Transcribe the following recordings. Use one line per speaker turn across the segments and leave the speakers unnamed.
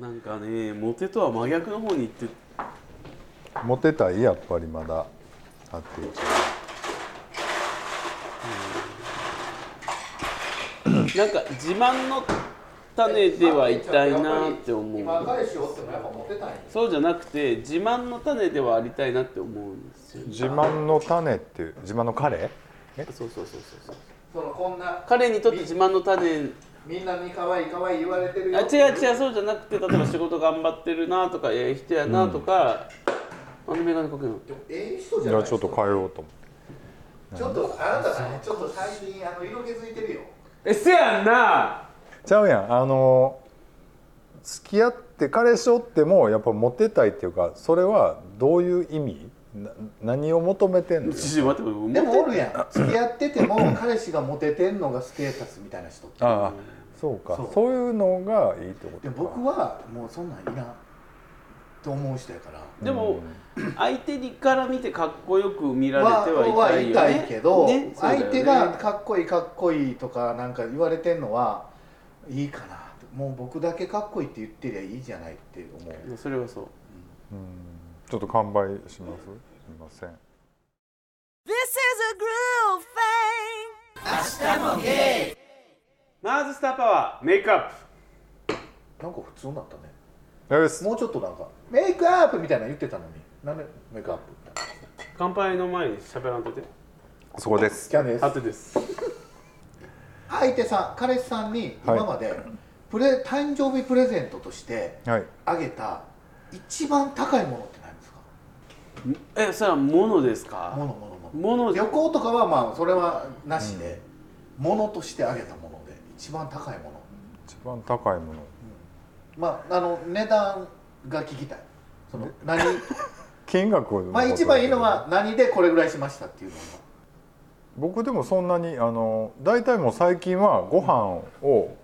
なんかねモテとは真逆の方に行って
モテたいやっぱりまだ81
なんか自慢の種では痛いなって思
今
う
彼氏おってもやっぱモテたいんや
そうじゃなくて自慢の種ではありたいなって思うんですよ
自慢の種っていう自慢のカレー
そうそうそうそうそう
そのこんな
彼にとって自慢の種
みんなに可愛い可愛い言われてるよ
あ違う違うそうじゃなくて例えば仕事頑張ってるなとかええ人やなとか、あの眼鏡かけるの
でもええ人
い
じゃない
や
です
ちょ
か
っと変えようと思って
ちょっとあなたねちょっと最近あの色気づいてるよ
えせやんな
ちゃうやんあの付き合って彼氏おってもやっぱモテたいっていうかそれはどういう意味な何を求めてんの
ちょっと待って
でもお
モ
るやん付き合ってても彼氏がモテてんのがステータスみたいな人
ああそうか
そう
そういうのがいいってこと
で
か
も僕はもうそんなんいらんと思う人やから
テでも相手にから見てかっこよく見られてはいたいよね
は痛いけど、
ねそうだよ
相
ね
手がかっこいいかっこいいとかなんか言われてんのはいいかなもう僕だけかっこいいって言ってりゃいいじゃないって思う
それはそう
ちょっと完売しますすみません
This is a groove thing.
ナーズスターパワーメイクアップ
なんか普通になったね
よし
もうちょっとなんかメイクアップみたいなの言ってたのになんでメイクアップみたいな
乾杯の前に喋らんといて
そこです
キャンです
あとです
相手さん彼氏さんに
はい
今までプレ、誕生日プレゼントとして
はい
あげた一番高いものって何ですか
えそれはモノですか
ものものも
モ
の
ノ
旅行とかはまあそれはなしで、物としてあげたもので一番高いもの
一番高いもの
まああの値段が聞きたいその何
金額のこと
まあ一番いいのは何でこれぐらいしましたっていうのが
僕でもそんなにあの大体もう最近はご飯を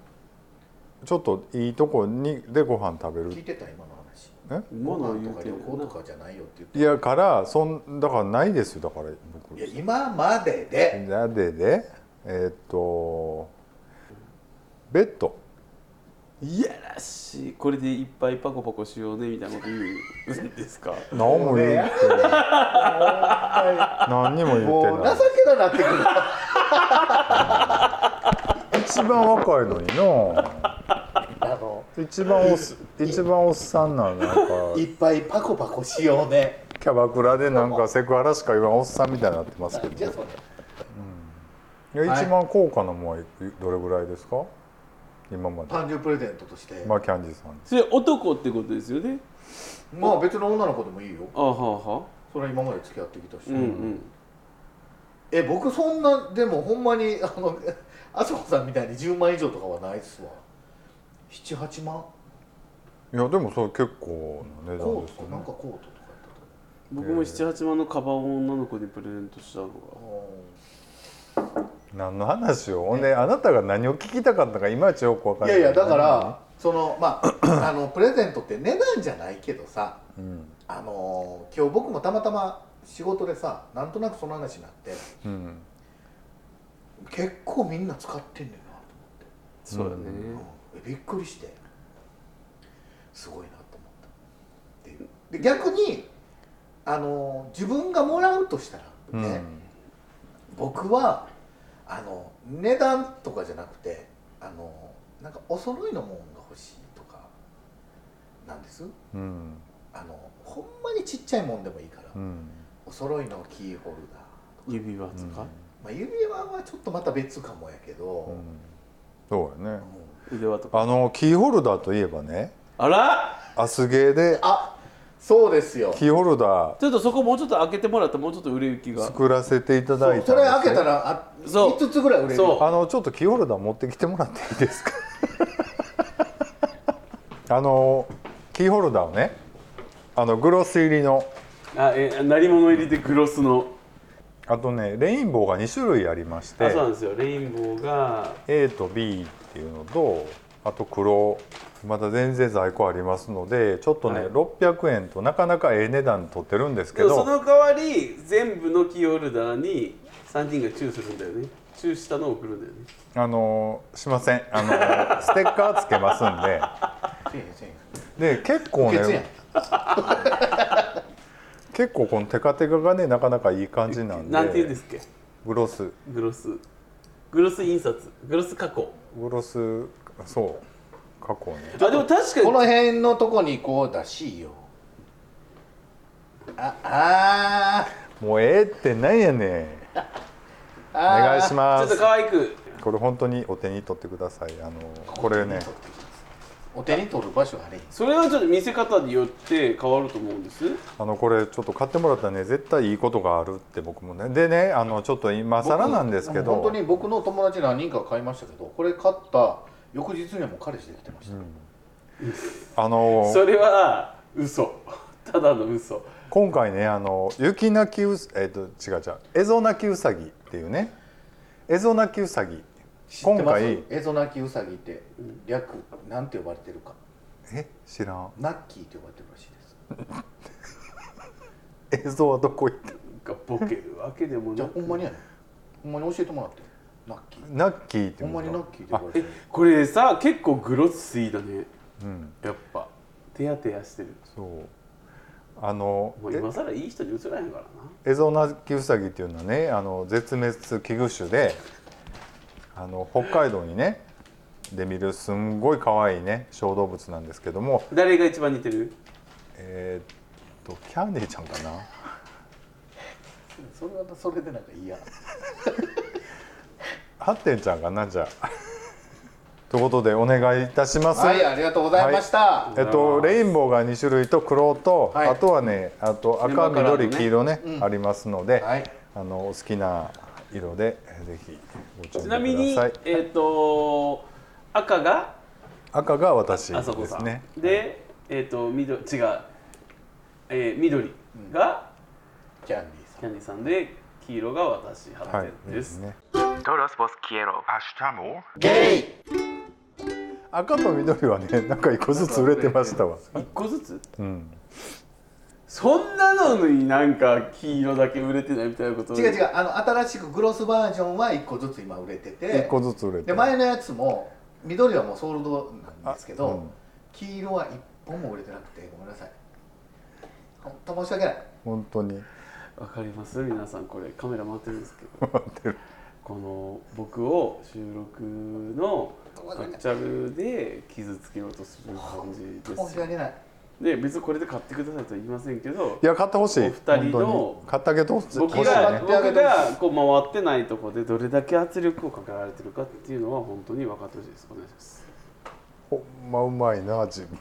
ちょっといいとこにでご飯食べ
聞い
る
てた今の話ご
モノを
飯
言
と
う
か
て
旅
る
行とかじゃないよって言って
いやからそんだからないですよだから僕
いや今までで
やででえーっとベッド
いやらしいこれでいっぱいパコパコしようねみたいなこと言うんですか
何も言ってない何にも言
もう
ってな
情
い
けななってくる
一番若いのにな
あの
一番おっ一番おっさんなんなんか
いっぱいパコパコしようね
キャバクラでなんかセクハラしか言わんおっさんみたいになってますけ
じゃあ
ど
それ
いや一番高価なもんはどれぐらいですか今まで
誕生日プレゼントとして、
まあキャンディーさんです
それ男ってことですよね
まあ別の女の子でもいいよ
あはは
それは今まで付き合ってきた人、
うんうん
え僕そんなでもほんまにあのあそこさんみたいに10万以上とかはないっすわ78万
いやでもそれ結構な値段
コ
で
ー
す
ト
よ
なん
ね
かコートとかやったと
僕も78万のカバンを女の子にプレゼントしたのが
思
何の話をほんであなたが何を聞きたかったかいまいちよく分か
う
ら
い
ない
やいやだからそのまああのプレゼントって値段じゃないけどさ
うん
あの今日僕もたまたま仕事でさなんとなくその話になって
うん
結構みんな使ってんねんな
そうだね
うんびっくりしてすごいなと思ったっていうで逆にあの自分がもらうとした
う
ら、
ん
ね僕はあの値段とかじゃなくてあのなんかお揃いのもんが欲しいとかなんです
うん
あのほんまにちっちゃいもんでもいいから、
うん
お揃いのキーホルダー、
指輪とか、
まあ、指輪はちょっとまた別かもやけ
う
ど、
んそうやね
うん
腕輪とか
あのキーホルダーといえばね
あら
アスゲーで
あそうですよ
キーホルダー
ちょっとそこもうちょっと開けてもらったらもうちょっと売れ行きが
作らせていた
そ
だいうた
それ開けた
ら
らあ
そう
5つぐらい売れる
そう
あのちょっとキーホルダー持ってきてもらっていいですか あのキーホルダーをねあのグロス入りの
あえ何物入りでグロスの
あとねレインボーが2種類ありまし
あ
て
そうなんですよレインボーが
A と B っていうのとあと黒まだ全然在庫ありますのでちょっとね、
はい
600円となかなかええ値段取ってるんですけ
でもそ
ど
の代わり全部のキーホルダーに3人がチューするんだよねチューしたのを送るんだよね
あのしませんあのステッカーつけますんで
せえへんせえへん
で結構
不潔やん
ね結構このテカテカがねなかなかいい感じなんで
なんて言うんですっけ
グロス
グロスグロス印刷グロス加工
グロスそう過去ね
あでも確かに
この辺のとこにこう出しいよああ
もうええってなんやねん
ーあ
お
ー
願いし
ちょ
ま
っと
す
可愛く
これ本当にお手に取ってくださいあのこれね
お手に取る場所あれへん
それはちょっと見せ方によって変わると思うんです
あのこれちょっと買ってもらったらね絶対いいことがあるって僕もねでねあのちょっと今更なんですけど
本当に僕の友達何人か買いましたけどこれ買った翌日にはもう彼氏できてました、
あの
それは嘘ただの嘘
今回ねあの雪泣きうさえっ、と違う違うエゾ泣きうさぎっていうねエゾ泣きうさぎ
知って
今
ます
回
エゾナキウサギって略なんて呼ばれてるか
え知らん
ナッキーって呼ばれてるらしいです
映像はどこ行った
がボケるわけでも
じ
な
ゃあ
く
ほんまにやねほんまに教えてもらってナッキー
ナッキーって
ほ
いうんの
まにナッキーって呼ばれて
え
る
これさ結構グロスいだね
うん
やっぱテヤテヤしてる
そうあの
もう今更いい人に映らへんからな
エゾナキウサギっていうのはねあの絶滅危惧種であの北海道にねで見るすんごい可愛いね小動物なんですけども
誰が一番似てる
えーっとキャンディーちゃんかな
それはそれでなんか嫌
ハッテンちゃんかなじゃあ ということでお願いいたします、
はいありがとうございました、
えっと、レインボーが2種類と黒と、
はい
あとはねあと
メンバ
赤
ーカラーのね
緑黄色ね、ありますので、
はい
あのお好きな色でえぜひご
ち
注
なみ
意
に
ください
えっ、と赤が
赤が私
あそこ
で
さ
す
ん
ね
でえっ、と緑違う、えー、緑が
キャンディーさん
キャンディさんで黄色が私
は
発
い
展です、
ね
Todos vos quiero. Hashtamo.
ゲイ
赤と緑はね なんか一個ずつ売れてましたわ
一個ずつ
うん
そんなのになんか黄色だけ売れてないみたいなこと
違う違うあの新しくグロスバージョンは1個ずつ今売れてて
一個ずつ売れて
で前のやつも緑はもうソールドなんですけど、
あうん
黄色は1本も売れてなくてごめんなさい本当申し訳ない
本当に
わかります皆さんこれカメラ回ってるんですけど
待ってる
この僕を収録のアクチャルで傷つけようとする感じで
申
す
し
よ
訳ない
で別にこれで買ってくださいとは言いませんけど
いや買ってほしい
お二人の
本当に買ってあげてほしい
僕
欲しい
が
ね
僕がこう回ってないとこでどれだけ圧力をかけられてるかっていうのは本当に分かってほしいですお願いします
ほんまうまいな自分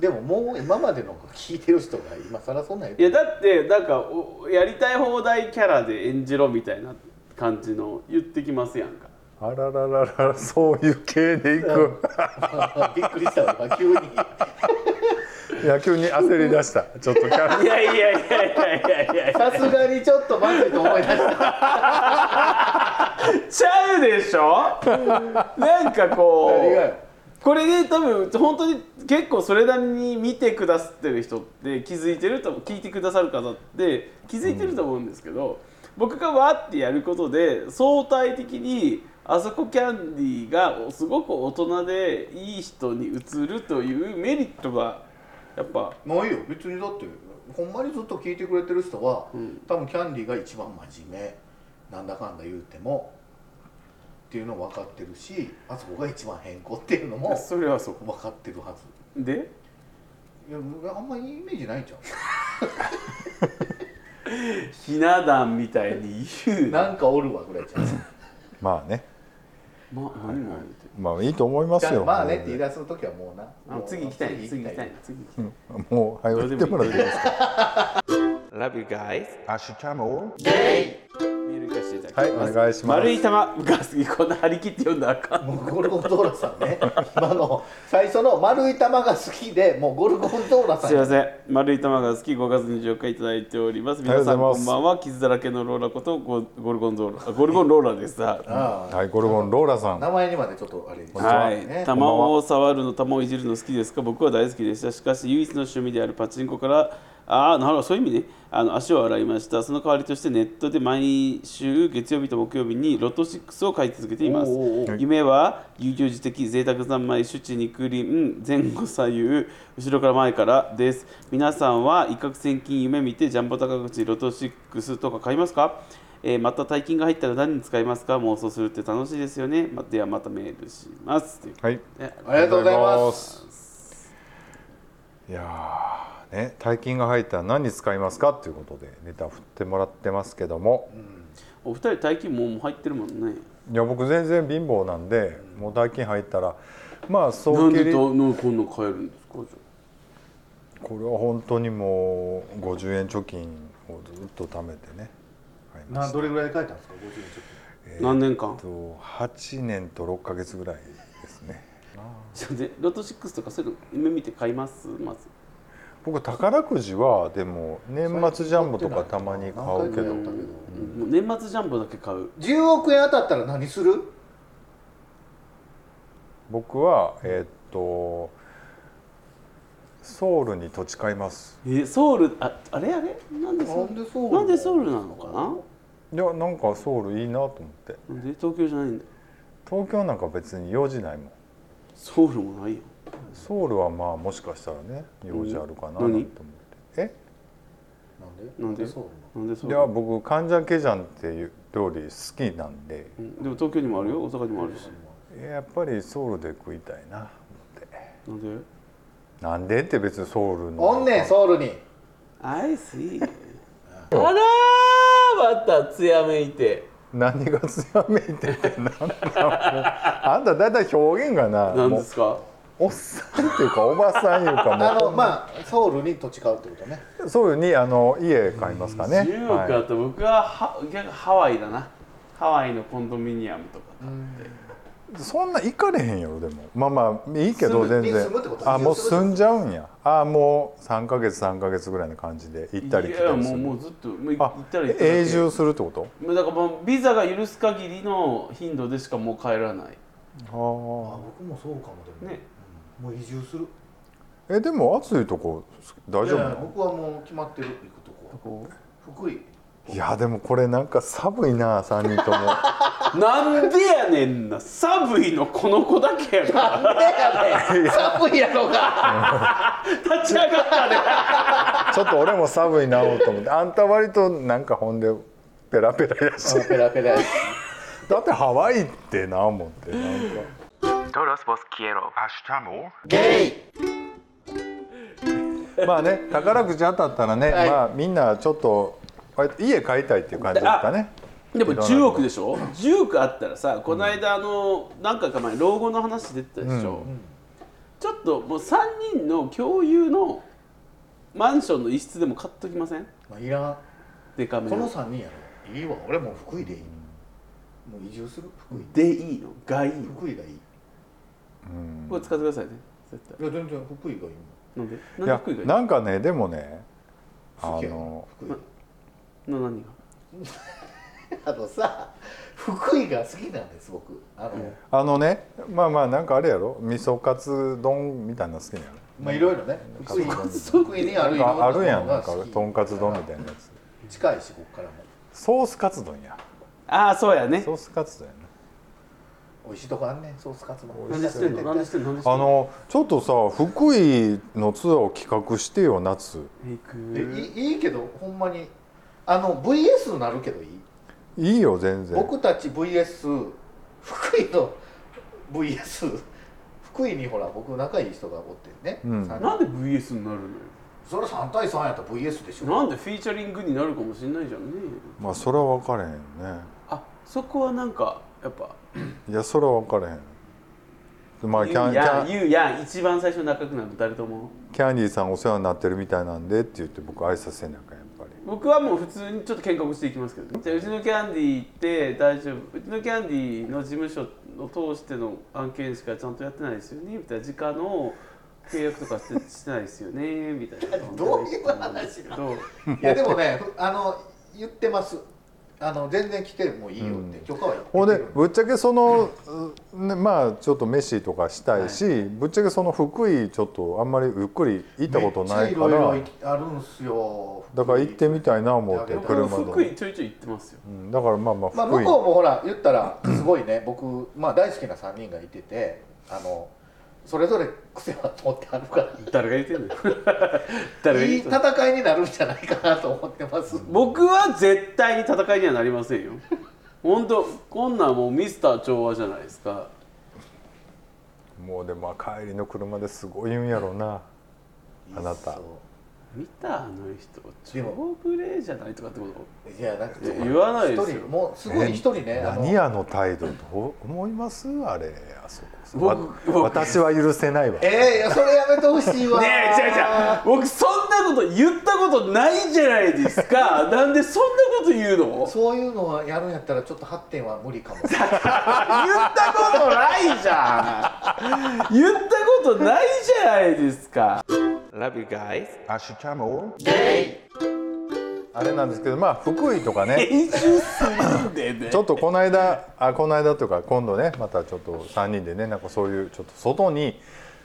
でももう今までの聞いてる人が今更そんなん言っ
い
て
やだってなんかおやりたい放題キャラで演じろみたいな感じの言ってきますやんか
あらららららそういう系でいく
びっくりしたわ今急に
野球に焦り 出したちょっとキャ
いやいやいやいやいやいや
さすがにちょっとまずいと思い出した
ちゃうでしょ なんかこ
何がよ
うこれで多分本当に結構それなりに見てくださってる人って気づいてると聞いてくださる方って気づいてると思うんですけど、僕がわーってやることで相対的にあそこキャンディーがすごく大人でいい人に移るというメリットがやっぱ
ないよ別にだってほんまにずっと聞いてくれてる人は、多分キャンディーが一番真面目なんだかんだ言うてもっていうの分かってるしあそこが一番変更っていうのも
それはそこ
分かってるはず
で
いや僕あんまりイメージない じゃ
ひな壇みたいに言うん
なんかおるわぐらいじゃん
まあね
ま何も言うて
まあいいと思いま
じ
す
ゃあ
よ
まあねって言い出す時はもうな
あ次行きたい次行きたい次行きたい
もうはい言ってもらっていいですか
Love you guys
Hashtamo.
メール化していただき
はいお願いします
丸い玉が好きこんな張り切って読んだらあかん
もうゴルゴンゾーラさんね今の最初の丸い玉が好きでもうゴルゴンゾーラさん
すいません丸い玉が好き5月24日いただいております皆さん
ありがとう
こ
ございます
んばんは傷だらけのローラことゴゴルゴンゾーラあゴルゴンローラですは
ああ
はいゴルゴンローラさん
名前にまでちょっとあれです
は
ね
い、玉を触るの玉をいじるの好きですか僕は大好きでしたしかし唯一の趣味であるパチンコからああなるほどそういう意味ねあの足を洗いましたその代わりとしてネットで毎週月曜日と木曜日にロト6を買い続けています
おうおうおう
夢は有給時的贅沢三昧主治肉輪前後左右後ろから前からです皆さんは一攫千金夢見てジャンボ宝くじロト6とか買いますかえーまた大金が入ったら何に使いますか妄想するって楽しいですよね、ま、ではまたメールしますという
はい
ありがとうございます
すいやーね大金が入ったら何に使いますかということでネタ振ってもらってますけども、
お二人大金ももう入ってるもんね
いや僕全然貧乏なんでもう大金入ったらまあ
な
総
んで
切り
だな
こ
んでこんなん買えるんですかじゃあ
れは本当にもう50円貯金をずっと貯めてね買いま
な
し
どれぐらい書いたんですか
何年間
たと8年と6ヶ月ぐらいですね
じゃあでロト6とかそういうの夢見て買いますまず
僕宝くじはでも年末ジャンボとかたまに買うけど
何回もやったけど
もう年末ジャンボだけ買う
10億円当たったら何する
僕はえーっとソウルに土地買います
えーソウルああれあれなんでソウル
なんでソウル
なんでソウルなのか
いやなんかソウルいいなと思って
ななんで東京じゃないんだ
東京なんか別に用事ないもん
ソウルもないよ
ソウルはまあもしかしたらね用事あるかなと
うん
思
何
って、え
なんで
なんで
そう
なんでソ
い
ウル
や僕カンジャンケジャンっていう料理好きなんで
うんでも東京にもあるよ大阪にもあるし
やっぱりソウルで食いたいな
なんで
なんでって別にソウルの
おんねんソウルに
I see あらーまたつやめいて
何が強めいてってなんだもうあんただいたい表現がな
なん
も
で
う
すか
おっさんっていうかおばさんいうかもう
あのまあソウルに土地買うってことね
ソウルにあの家買いますかね、
10億あ
は
ったら僕はハ逆にハワイだなハワイのコンドミニアムとか
い、そんな行かれへんやろでもまあまあいいけど
住む
全然
住むってこと
あもう住んじゃうんやあもう3か月3か月ぐらいの感じで行ったり来
いや
たりす
もう
る
もうずっともう行
あ
ったら行っただけ
永住するってこ
もうだからもうビザが許す限りの頻度でしかもう帰らない
と
あ僕もそうかもでも
ね
うんもう移住する
あーえでも暑いとこ大
い
丈夫
や
ない
や
の
僕はもう決まってる行くとこは福井
いやでもこれなんか寒いな3人とも
なんでやねんな寒いのこの子だけやから
寒いやろう が
立ち上がったね
ちょっと俺も寒いなと思ってあんた割となんかほんでペラペラやし
ペラペラやし
だってハワイってな思ってなんか
Todos vos quiero. Hasta more.
ゲイ
まあね宝くじ当たったらね、
はい
まあみんなちょっと割と家買いたいっていう感じですかね
でも10億でしょ10億あったらさこの間あの何回か前老後の話出てたでしょ、ちょっともう3人の共有のマンションの一室でも買っときません
まあいらん
デカめ
この
の
3人やろいいわ俺もう福井でいいもう移住する福井
でいいのがいいの
福井がいいい
これ使ってくださいね絶対
や全然福井がいい
なんでなん
い
で
や
福井がいい
なんかねでもね
も
あ
ん好きや
の
福井
の何が
あとさ福井が好きなんです僕あの、
あのねまあまあなんかあれやろ味噌カツ丼みたいなの好きな
まあいろいろね福井福井にあるいろ
のああ
ん
る
な
や
も
ん
の
なん
が
か
好き
とんかつ丼みたいなやつ
近いしこっからも
ソースカツ丼や
ああそうやね
ソースカツ丼やな
美味しいとこあんねんソースカツも
何してんの何してんの何してん
あ
の
のちょっとさ福井のツアーを企画してよ夏
行く
えいいいいけどほんまにあの VS になるけどいい
いいよ全然
僕たち VS 福井の VS 福井にほら僕仲いい人がおってね、
うん
三人
なんで VS になる
それ3対3やったら VS でしょ
のなんでフィーチャリングになるかもしれないじゃんね
まあそれは分かれへんよね
あそこはなんかやっぱ
いやそれは分かれへんでまあキ
言
ャン
う
キ
や
ャ
ん
ン
言うやん一番最初仲良くなるの誰とも
キャンディーさんお世話になってるみたいなんでって言って僕挨拶せなあかんやっぱり
僕はもう普通にちょっと喧嘩をしていきますけどねじゃあうちのキャンディーって大丈夫うちのキャンディーの事務所を通しての案件しかちゃんとやってないですよねみたいな直の契約とかしてしてないですよねみたいな
どういう話な
どう
いやでもねふあの言ってますああの全然来てもいいよって、許可は
ほん
言っ
で
てる
ぶっちゃけその、ね、まあちょっとメシとかしたいし、ぶっちゃけその福井ちょっとあんまりゆっくり行ったことな
めっ
い
ちゃ
か
い
ら
ろいろあるんすよ
だから行ってみたいな思って
いや
僕も
車で
福井ちょいちょい行ってますよ
うんだからまあま
まあ
あ
向
福井、
こうもほら言ったらすごいね僕、まあ、大好きな3人がいててあのそれぞれ癖は持ってあるから
誰が言ってんの誰が
いい
言ってんの
戦いになるんじゃないかなと思ってます。
僕は絶対に戦いにはなりませんよ本当こんなんもうミスター調和じゃないですか
もうでも帰りの車ですごい言うんやろうなあなた
そう
見たあの人
で
超
も
プレーじゃないとかってこと
いやなくて
いや言わないですよ
一人もうすごい一人ね。あの
何やの態度と思いますあれあそこわ
僕僕
私は許せないわ
えーいやそれやめてほしい わ。
ねえ違う違う僕そんなこと言ったことないじゃないです かなんでそんなこと言うの
そういうのはやるんやったらちょっと発展は無理かも。
言ったことないじゃん言ったことないじゃないですか Love you guys
明日も
あれなんですけどまあ福井とか ね
練習するんでね
ちょっとこの間あこの間というか今度ねまたちょっと3人でねなんかそういうちょっと外に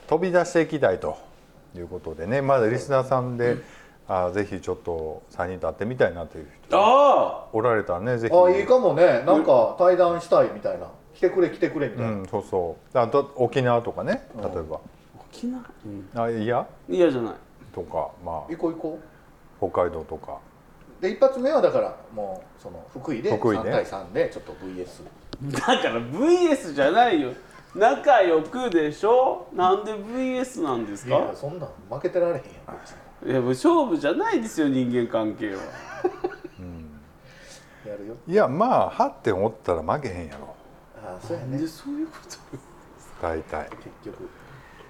飛び出していきたいということでねまだリスナーさんで、あぜひちょっと3人と会ってみたいなという人
あ
おられたらねぜひ
あいいかもね。なんか対談したいみたいな。来てくれ来てくれみたいうな。
んそうそうあと沖縄とかね例えば、
あ沖縄
あいや
嫌じゃない
とかま
行こう行こ
あ北海道とか
う。で一発目はだからもうその福井で
福井ね
3対3でちょっと VS。
だから VS じゃないよ仲良くでしょなんで VS なんです
い
か
やそんなん負けてられへんやん。
いやもう勝負じゃないですよ人間関係は
やるよ。
いやまあ8点おったら負けへんやろ
あーそうや
な
ね
んで。そういうこと
大体
結局。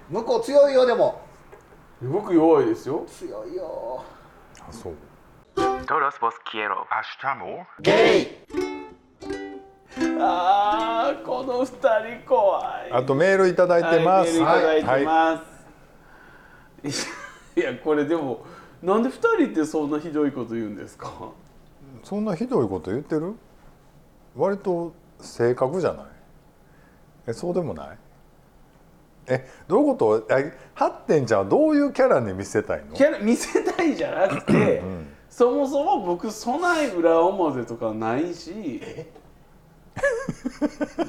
向こう強いよでも。
僕弱いですよ
強いよ。
あそう
Todos vos quiero. Hasta more.
あーこの二人怖い
あとメールいただいてます
はいメールいただいて
は
ます、い、やこれでもなんで二人ってそんなひどいこと言うんですか
いそんなひどいこと言ってる割と正確じゃないえそうでもないえどういうことえ8点ちゃんはどういうキャラに見せたいの
キャラ見せたいじゃなくて、そもそも僕そない裏表とかないし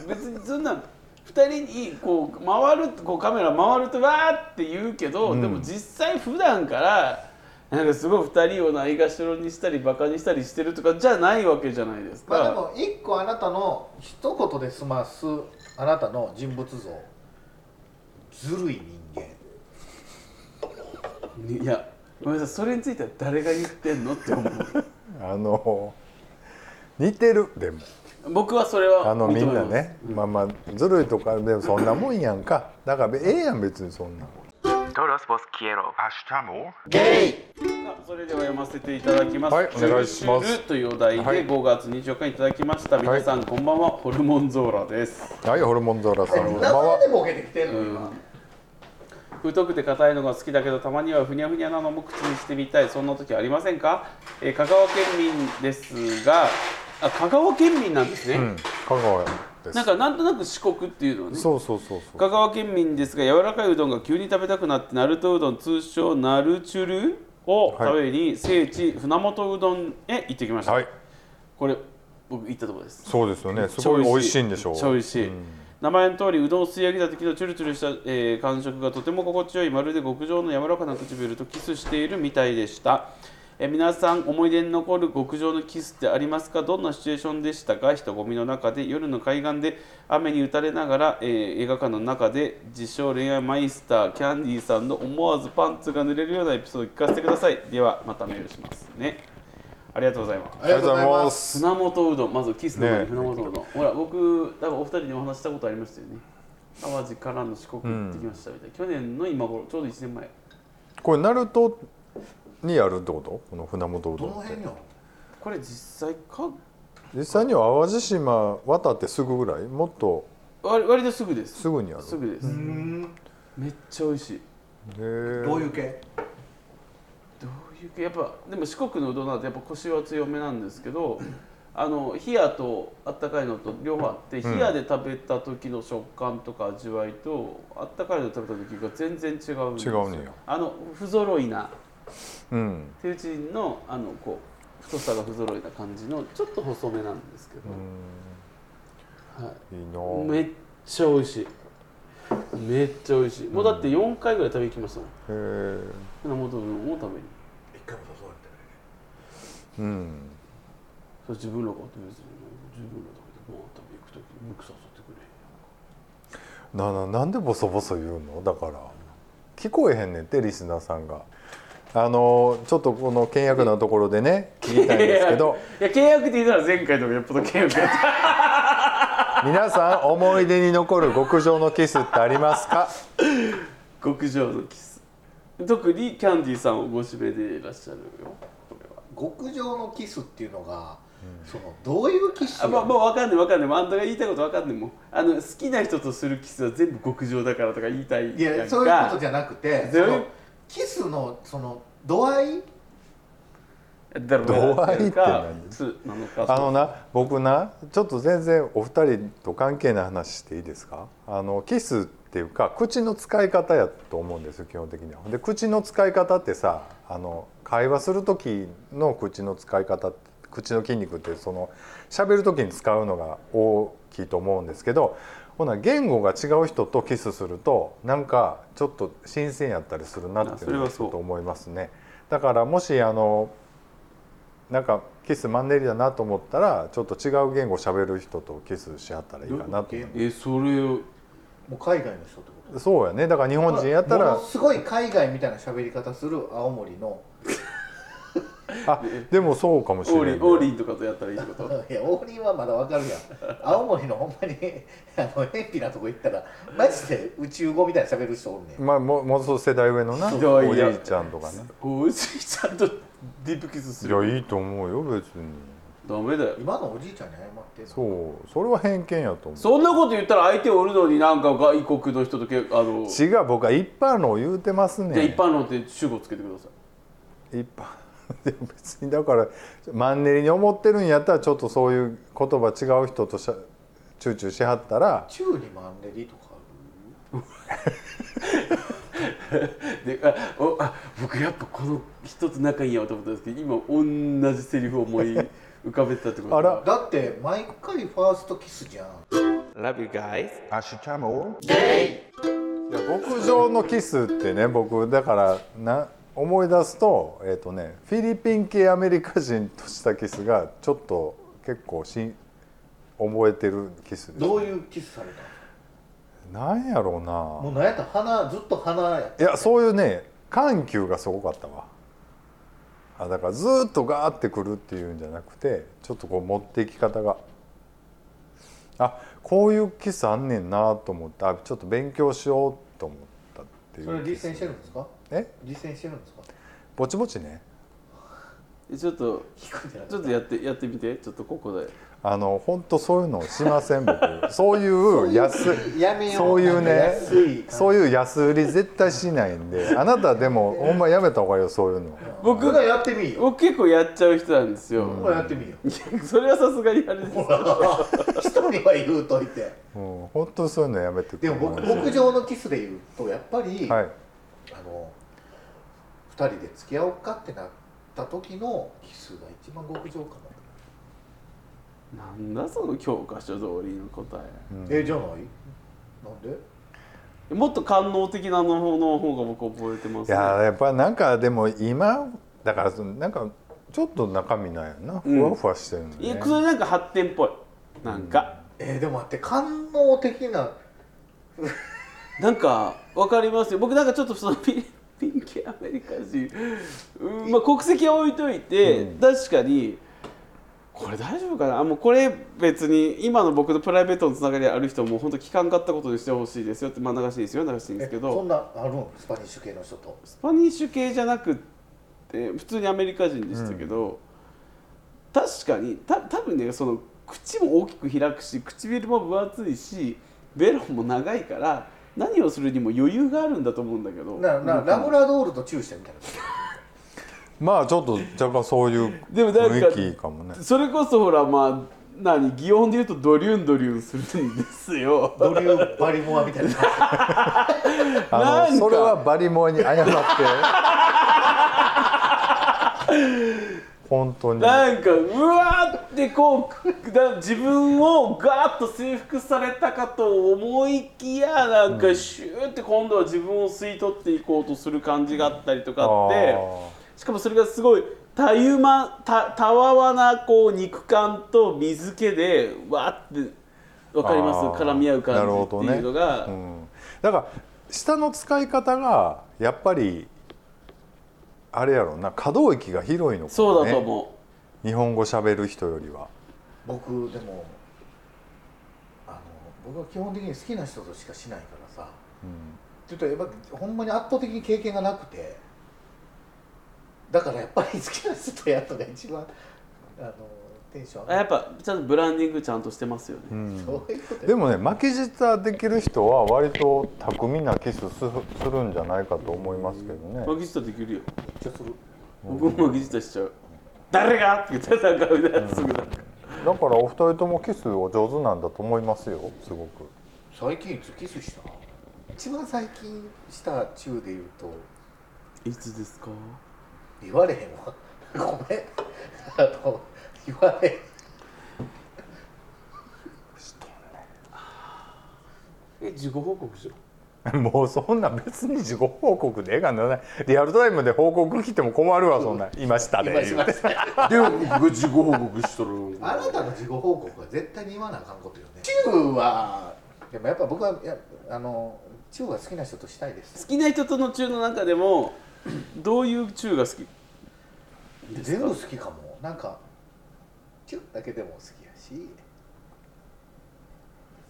別にそんな2人にこう回るこうカメラ回るとわーって言うけど、でも実際普段からなんかすごい2人をないがしろにしたりバカにしたりしてるとかじゃないわけじゃないですか。
まあでも一個あなたの一言で済ますあなたの人物像ずるい人間
いやごめんなさいそれについては誰が言ってんのって思う
あの似てるでも
僕はそれは
あの
認
み
め
んな
ます
ねまあまあずるいとかでもそんなもんやんかだからええやん別にそんな
Todos vos quiero. Hasta more.
さあそれでは読ませていただきます。
はいお願いします
ジュルシュルというお題で
はい
5月24日にいただきました。皆さんこんばんは。ホルモンゾーラです。
はいホルモンゾーラさんこんばんは
何でボケてきてんの今
太くて硬いのが好きだけどたまにはふにゃふにゃなのも口にしてみたいそんな時ありませんか、えー香川県民ですがあ香川県民なんですね、
うん香川です
なんかなんとなく四国っていうのはね
そうそうそうそう
香川県民ですが柔らかいうどんが急に食べたくなってナルトうどん通称ナルチュルを食べに聖地船本うどんへ行ってきました、
はい
これ僕行ったところです
そうですよねすごい美味しいんでしょ
めっちゃ美味しい、名前の通りうどんを吸い上げた時のチュルチュルした、えー感触がとても心地よいまるで極上の柔らかな唇とキスしているみたいでした、えー皆さん思い出に残る極上のキスってありますかどんなシチュエーションでしたか人混みの中で夜の海岸で雨に打たれながら、えー映画館の中で自称恋愛マイスターキャンディーさんの思わずパンツが濡れるようなエピソードを聞かせてくださいではまたメールしますねありがとうございます
ありがとうございます
船本うどんまずキスの前に
ね
船本うどん、ほら僕多分お二人にお話ししたことありましたよね淡路からの四国行ってきましたみたいな、去年の今頃ちょうど1年前
これナルトにあるってことこの船本うど
どの
んって
辺よ
これ実際か
実際には淡路島渡ってすぐぐらいもっと
割割とすぐです
すぐにある
すぐです、
うん
めっちゃ美味しい
へえ
どういう系
どういう系やっぱでも四国のうどんなんてやっぱコシは強めなんですけどあの冷やとあったかいのと両方あって、冷やで食べた時の食感とか味わいとあったかいので食べた時が全然違うんです
違うねや
あの不揃いな
うん
手打ちのあのこう太さが不揃いな感じのちょっと細めなんですけど、
いい
め
な
っちゃ美味しいめっちゃ美味しいもうだって4回ぐらい食べに行きましたもん
へえ
船本うどんを食べに
一回も誘われてない
うん
それ自分らが別に自分ら食べてご飯食べに行く時によく誘ってくれへん
なななんでボソボソ言うのだから聞こえへんねんってリスナーさんがあのちょっとこの倹約なところでね言いたいんですけど
いや契約って言ったら前回のがよっぽど契約やった
皆さん思い出に残る極上のキスってありますか
極上のキス特にキャンディーさんをご指名でいらっしゃるよこれは
極上のキスっていうのが、そのどういうキス
あまあまあわかんないわかんないもうあんたが言いたいことわかんないもんあの好きな人とするキスは全部極上だからとか言いたい
いや
んか
そういうことじゃなくて
どう
そ
いう
のキスのその度合い
だろうな
度合いって何
つなのか
あのな僕なちょっと全然お二人と関係ない話していいですかあのキスっていうか口の使い方やと思うんですよ基本的には。で口の使い方ってさあの会話する時の口の使い方って口の筋肉ってその喋る時に使うのが大きいと思うんですけどほな言語が違う人とキスするとなんかちょっと新鮮やったりするなっていうの
あ
は
そ
ち
れはそ
ょ
う
っと思いますね。だからもしあのなんかキスマンネリだなと思ったらちょっと違う言語喋る人とキスし合ったらいいかなと思
えそれを
もう海外の人ってこと
うそうやねだから日本人やった
も
ら
のすごい海外みたいな喋り方する青森の
あでもそうかもし
オーリ
れ
ンオー
な
リ
い
ンとかとやったらいいってこと
いや王林はまだわかるやん 青森のほんまに あの偏僻なとこ行ったらマジで宇宙語みたいな喋る人おるねん
まあももうそう世代上のな
ひどい
おじいちゃんとかね
おじいちゃんとディープキスす
い
る
やいいと思うよ別に
ダメだよ
今のおじいちゃんに謝ってんの
そうそれは偏見やと思う
そんなこと言ったら相手を売るのになんか外国の人とけあのじ
違う僕は一般論を言うてます
ゃあ
ね
一般論って主語つけてください
一般 でも別にだからマンネリに思ってるんやったらちょっとそういう言葉違う人としゃチューチューしはったら
宙にマンネリとか
であおあ僕やっぱこの人と仲いいんやと思ったんですけど今同じセリフを思い浮かべてたってこと
あら
だって毎回ファーストキスじゃん
Love you guys
いや極上のキスってね僕だからな思い出すと,、えっとね、フィリピン系アメリカ人としたキスがちょっと結構しん覚えてるキスです、
どういうキスされた
なんやろう
のも
な
うなんやったら鼻ずっと鼻やった
いやそういうね緩急がすごかったわあだからずーっとガーってくるっていうんじゃなくてちょっとこう持っていき方があこういうキスあんねんなと思ってあちょっと勉強しようと思ったっていう
それ
キ
実
ス
践してるんですか
え
実践してるんですか
ぼちぼちね
ちょっと
聞くんじゃな
ちょっとやってやってみてちょっとここで
あの本当そういうのしませ ん僕そういう安い
やめよう
そういう
なん
ね
か安い
そういう安売り絶対しないんであなたでもほんまやめた方がいいよそういうの
僕
僕がやってみいよ
僕結構やっちゃう人なんですよ、
僕がやってみいよ
いやそれはさすがにあれです
ほら人には言うといて
うん本当そういうのやめてく
で
れ
も僕牧場のキスで言うとやっぱり、
はい
あの2人で付き合おうかってなった時のキスが一番極上かも、
なんだその教科書通りの答え、
えじゃないなんで
もっと官能的なの方の方が僕覚えてま
い
すね
ややっぱなんかでも今だからそのなんかちょっと中身ないよなふわふわしてるの
い
ね
や、それなんか発展っぽいなんか、
えでも待って官能的な
なんかわかりますよ僕なんかちょっとそのフィリピン系アメリカ人、うんまあ、国籍は置いといて、確かにこれ大丈夫かなあもうこれ別に今の僕のプライベートのつながりある人も本当聞かんかったことにしてほしいですよってまあ流していいですよ流していいんで
え
すけ
そ
ど
んなあるんスパニッシュ系の人と
スパニッシュ系じゃなくって普通にアメリカ人でしたけど、確かにた多分ねその口も大きく開くし唇も分厚いしベロも長いから何をするにも余裕があるんだと思うんだけど
ななラブラドールとチューしてみたいな
まあちょっと若干そういう
でもなんか
雰囲気かもね
それこそほらまあ何擬音で言うとドリュンドリュンするんですよ
ドリュー・バリモアみたいな感
な
あ
んか
のそれはバリモアに謝って 本当に
なんかうわーってこうだ自分をガーッと征服されたかと思いきやなんかシューって今度は自分を吸い取っていこうとする感じがあったりとかあってしかもそれがすごいたゆまたたわわなこう肉感と水気でわーってわかります
あー
絡み合う感
なるほ
じ
ど
っ
ね
ていうのが、
うん、だから下の使い方がやっぱりあれやろうな可動域が広いのかもね
そうだと思う。
日本語喋る人よりは
じ僕でもあの僕は基本的に好きな人としかしないからさちょっとやっぱほんまに圧倒的に経験がなくてだからやっぱり好きな人とやったのが一番あのテンション上
あ
が
や
る
っぱちゃんとブランディングちゃんとしてますよね、
そういうこと
で
や
もね負け舌できる人は割と巧みなキスすするんじゃないかと思いますけどね
マギスタできるよ
めっちゃする
僕もマギスタしちゃう誰がって言ったらなんかみたいなすぐだ
だからお二人ともキスお上手なんだと思いますよすごく
最近いつキスした一番最近した中で言うと
いつですか
言われへんわごめんあの言われへん
え自己報告しろ
もうそんな別に自己報告でええがなないリアルタイムで報告来ても困るわそんないましたで
今しました
でも僕が自己報告しとる
あなたの事後報告は絶対に言わなあかんことよね中はでもやっぱ僕はいやあの中は好きな人としたいです
好きな人との中の中でもどういう中が好き
全部好きかもなんかチュッだけでも好きやし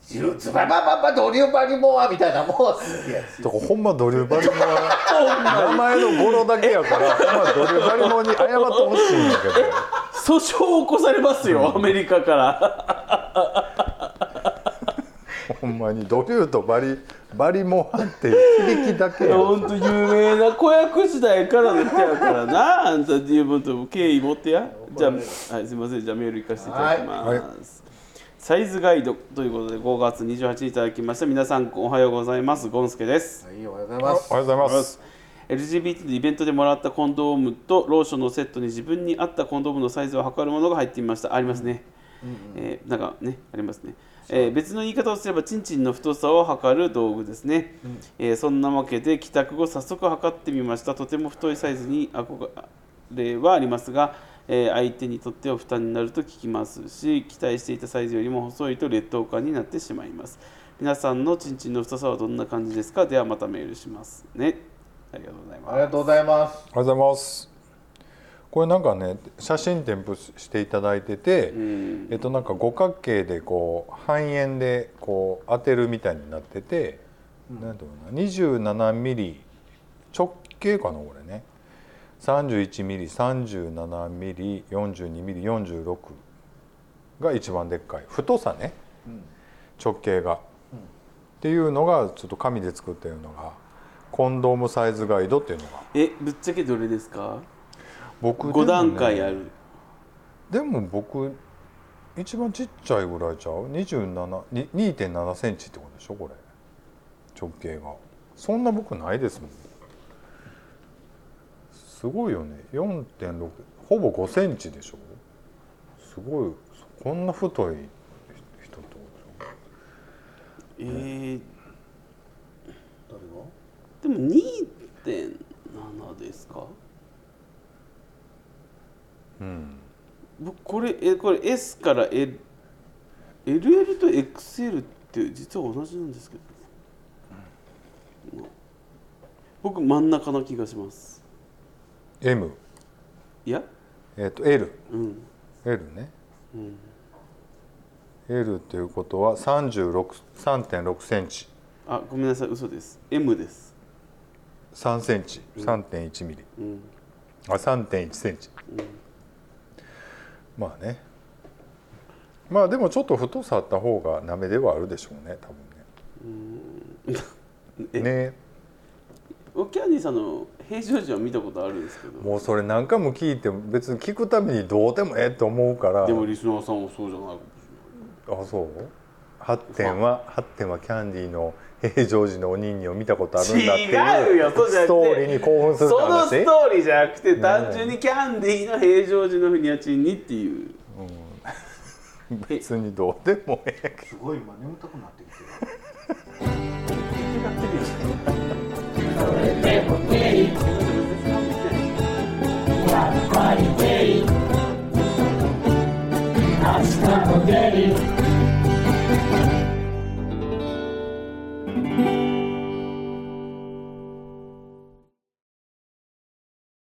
チュッズババババドリュバリモアみたいなのも好きやし
だからほんまドリューバリモア名前の語呂だけやからほんまドリューバリモアに謝ってほしいんだけど
訴訟を起こされますよアメリカから
ほんまにドリューとバリバリモアっていう響きだけや
本当有名な子役時代からの人やからなあんた DM と敬意持ってやじゃあ、はい、すいませんじゃあメール行かせていただきます、
はい
サイズガイドということで5月28日いただきました皆さんおはようございますゴンスケです
はいおはようございます
おはようございます
LGBT のイベントでもらったコンドームとローションのセットに自分に合ったコンドームのサイズを測るものが入っていましたありますね、えーなんかねありますね、えー別の言い方をすればチンチンの太さを測る道具ですね、えーそんなわけで帰宅後早速測ってみましたとても太いサイズに憧れはありますが、えー相手にとっては負担になると聞きますし期待していたサイズよりも細いと劣等感になってしまいます皆さんのチンチンの太さはどんな感じですかではまたメールしますねありがとうございます
ありがとうございます
おはようございます。これなんかね写真添付していただいてて、えっとなんか五角形でこう半円でこう当てるみたいになってて、なんていうのかな27ミリ直径かなこれね31ミリ37ミリ42ミリ46が一番でっかい太さね、直径が、っていうのがちょっと紙で作ってるのがコンドームサイズガイドっていうのが
えぶっちゃけどれですか
僕でも
5
ね
段階ある
でも僕一番ちっちゃいぐらいちゃう27に2.7センチってことでしょこれ直径がそんな僕ないですもんすごいよね4.6ほぼ5センチでしょすごいこんな太い人ってことでし
えー、
どれを
でも2.7ですか
ょうん
僕これえこれ S から LLL と XL って実は同じなんですけど、うわ僕真ん中な気がします
M
いや
えっ、と L
うん
L ね、
うん
L っていうことは363.6センチ
あごめんなさい嘘です M です
3センチ3.1ミリ、
うん
あ3.1センチ、まあねまあでもちょっと太さあった方がなめではあるでしょうね多分
え
ねね
キャンディーさんの平常時は見たことあるんですけど
もうそれ何回も聞いても別に聞くたびにどうでもええと思うから
でもリスナーさんもそうじゃないかもし
あそう発展は発展はキャンディーの平常時のお人形を見たことあるんだって
違う
い
よ
う
そうじゃなくて
ストーリーに興奮す
そ
るって
の
話
ストーリーじゃなくて単純にキャンディーの平常時のふにゃちんにっていう
別にどうでもええけど
すごい今眠たくなってきてる
やってるよ